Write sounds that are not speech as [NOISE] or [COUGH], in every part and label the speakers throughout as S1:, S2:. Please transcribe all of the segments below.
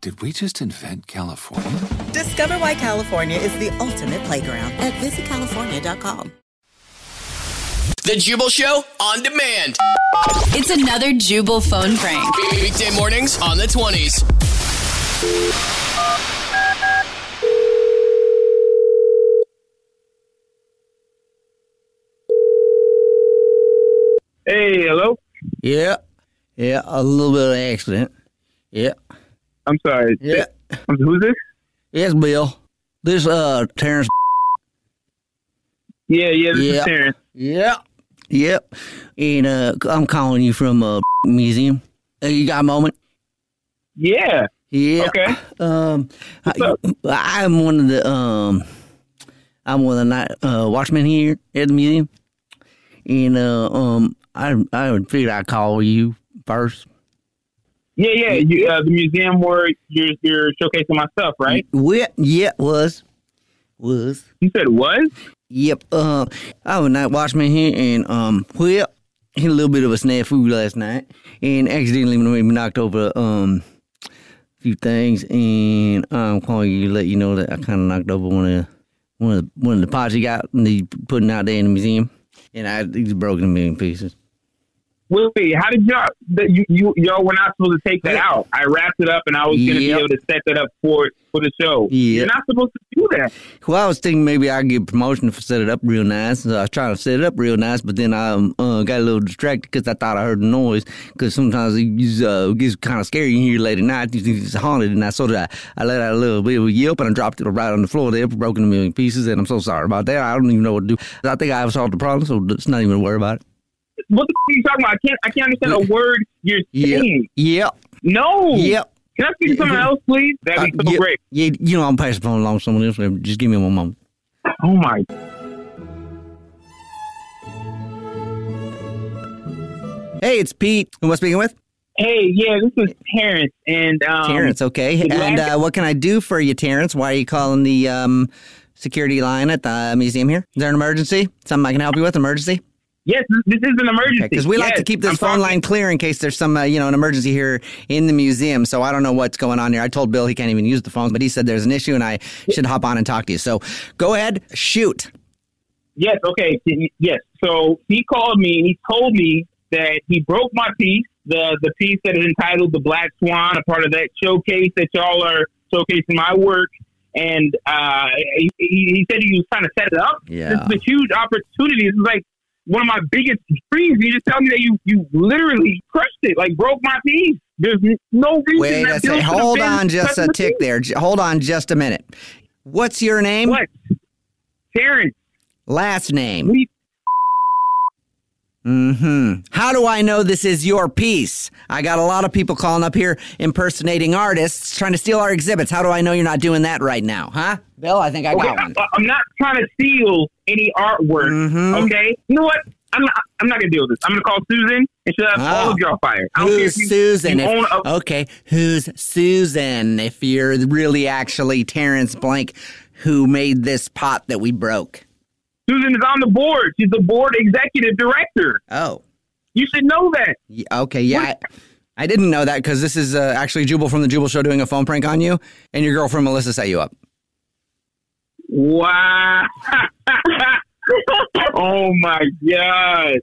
S1: Did we just invent California?
S2: Discover why California is the ultimate playground at visitcalifornia.com.
S3: The Jubal Show on demand.
S4: It's another Jubal phone prank.
S3: Weekday mornings on the 20s.
S5: Hey, hello.
S6: Yeah. Yeah. A little bit of accident. Yeah.
S5: I'm sorry.
S6: Yeah.
S5: Um, Who's this?
S6: Yes, Bill. This uh Terrence.
S5: Yeah, yeah. This
S6: Yeah.
S5: is Terrence.
S6: Yeah. Yep. And uh I'm calling you from uh museum. Uh, you got a moment?
S5: Yeah.
S6: Yeah.
S5: Okay.
S6: Um I,
S5: up?
S6: I'm one of the um I'm one of the night uh watchmen here at the museum. And uh um I I figured I'd call you first.
S5: Yeah, yeah. You, uh, the museum where you're, you're showcasing my stuff, right?
S6: Well, yeah, was. Was.
S5: You said was?
S6: Yep. Uh, I was a night watchman here, and um, well, hit a little bit of a snafu last night, and accidentally maybe knocked over um a few things, and I'm calling you to let you know that I kind of knocked over one of the, one of the, one of the pots you got and you putting out there in the museum, and I it's broken a million pieces.
S5: Wait, wait, how did y'all? That you, you y'all were not supposed to take that out. I wrapped it up, and I was gonna be
S6: Yep.
S5: able to set that up for for the show.
S6: Yep.
S5: You're not supposed to do that.
S6: Well, I was thinking maybe I'd get promotion if I set it up real nice. So I was trying to set it up real nice, but then I um, uh, got a little distracted because I thought I heard a noise. Because sometimes it gets, uh, gets kind of scary in here late at night. You think it's haunted, and I sort of I let out a little bit of a yelp and I dropped it right on the floor there, broken a million pieces. And I'm so sorry about that. I don't even know what to do. I think I solved the problem, so let's not even worry about it.
S5: What the f- are you talking about? I can't I can't understand a word you're saying.
S6: Yep.
S5: No.
S6: Yep.
S5: Can I speak to someone else, please? That'd be
S6: Uh,
S5: so
S6: yeah,
S5: great.
S6: yeah, you know, I'm passing the phone along to someone else. Just give me one moment.
S5: Oh my.
S6: Hey, it's Pete. Who am I speaking with?
S5: Hey, yeah. This is Terrence, and um,
S6: Terrence, okay.
S5: the
S6: And
S5: last-
S6: uh, what can I do for you, Terrence? Why are you calling the um, security line at the museum here? Is there an emergency? Something I can help you with? Emergency?
S5: Yes, this- this is an emergency.
S6: Because we like to
S5: Yes,
S6: keep this
S5: I'm
S6: phone
S5: sorry.
S6: line clear in case there's some, uh, you know, an emergency here in the museum. So I don't know what's going on here. I told Bill he can't even use the phones, but he said there's an issue and I should hop on and talk to you. So go ahead, shoot.
S5: Yes, okay. Yes. So he called me and he told me that he broke my piece, the the piece that is entitled The Black Swan, a part of that showcase that y'all are showcasing my work. And uh, he, he he said he was trying to set it up.
S6: Yeah.
S5: This is a huge opportunity. This is like one of my biggest dreams. You just tell me that you, you literally crushed it, like broke my piece. There's n- no reason
S6: Wait
S5: that Bill
S6: a second.
S5: should have
S6: Hold
S5: been
S6: on just
S5: touching
S6: a
S5: the
S6: tick
S5: piece.
S6: there. J- Hold on just a minute. What's your name?
S5: What? Terrence,
S6: Last name.
S5: we
S6: hmm How do I know this is your piece? I got a lot of people calling up here impersonating artists, trying to steal our exhibits. How do I know you're not doing that right now, huh? Bill, I think I
S5: Okay,
S6: got
S5: I,
S6: one.
S5: I'm not trying to steal any artwork.
S6: Mhm.
S5: Okay, you know what? I'm not, I'm not gonna deal with this. I'm gonna call Susan and shut up
S6: Ah.
S5: all of y'all fired. I don't care
S6: Who's
S5: if you,
S6: Susan?
S5: you
S6: if- Oh.
S5: own a-
S6: okay, who's Susan? If you're really actually Terrence Blank, who made this pot that we broke?
S5: Susan is on the board. She's the board executive director.
S6: Oh.
S5: You should know that.
S6: Y- Okay, yeah. I, I didn't know that because this is uh, actually Jubal from the Jubal Show doing a phone prank on you, and your girlfriend Melissa set you up.
S5: Wow. [LAUGHS] oh my
S7: [LAUGHS]
S5: god.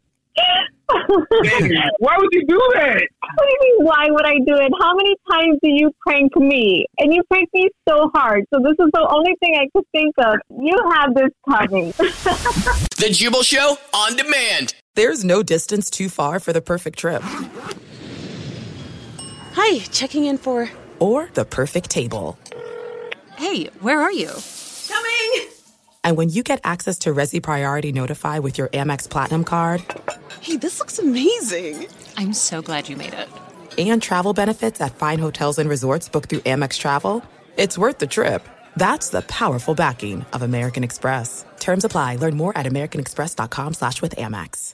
S5: Why would you do that?
S7: What do you mean, why would I do it? How many times do you prank me? And you prank me so hard. So this is the only thing I could think of. You have this coming.
S8: The Jubal Show on demand.
S9: There's no distance too far for the perfect trip
S10: Hi, checking in for.
S9: or the perfect table.
S10: Hey, where are you? Coming!
S9: And when you get access to Resi Priority Notify with your Amex Platinum card
S10: Hey, this looks amazing! I'm so glad you made it.
S9: and travel benefits at fine hotels and resorts booked through Amex Travel, it's worth the trip. That's the powerful backing of American Express. Terms apply. Learn more at americanexpress.com slash with Amex.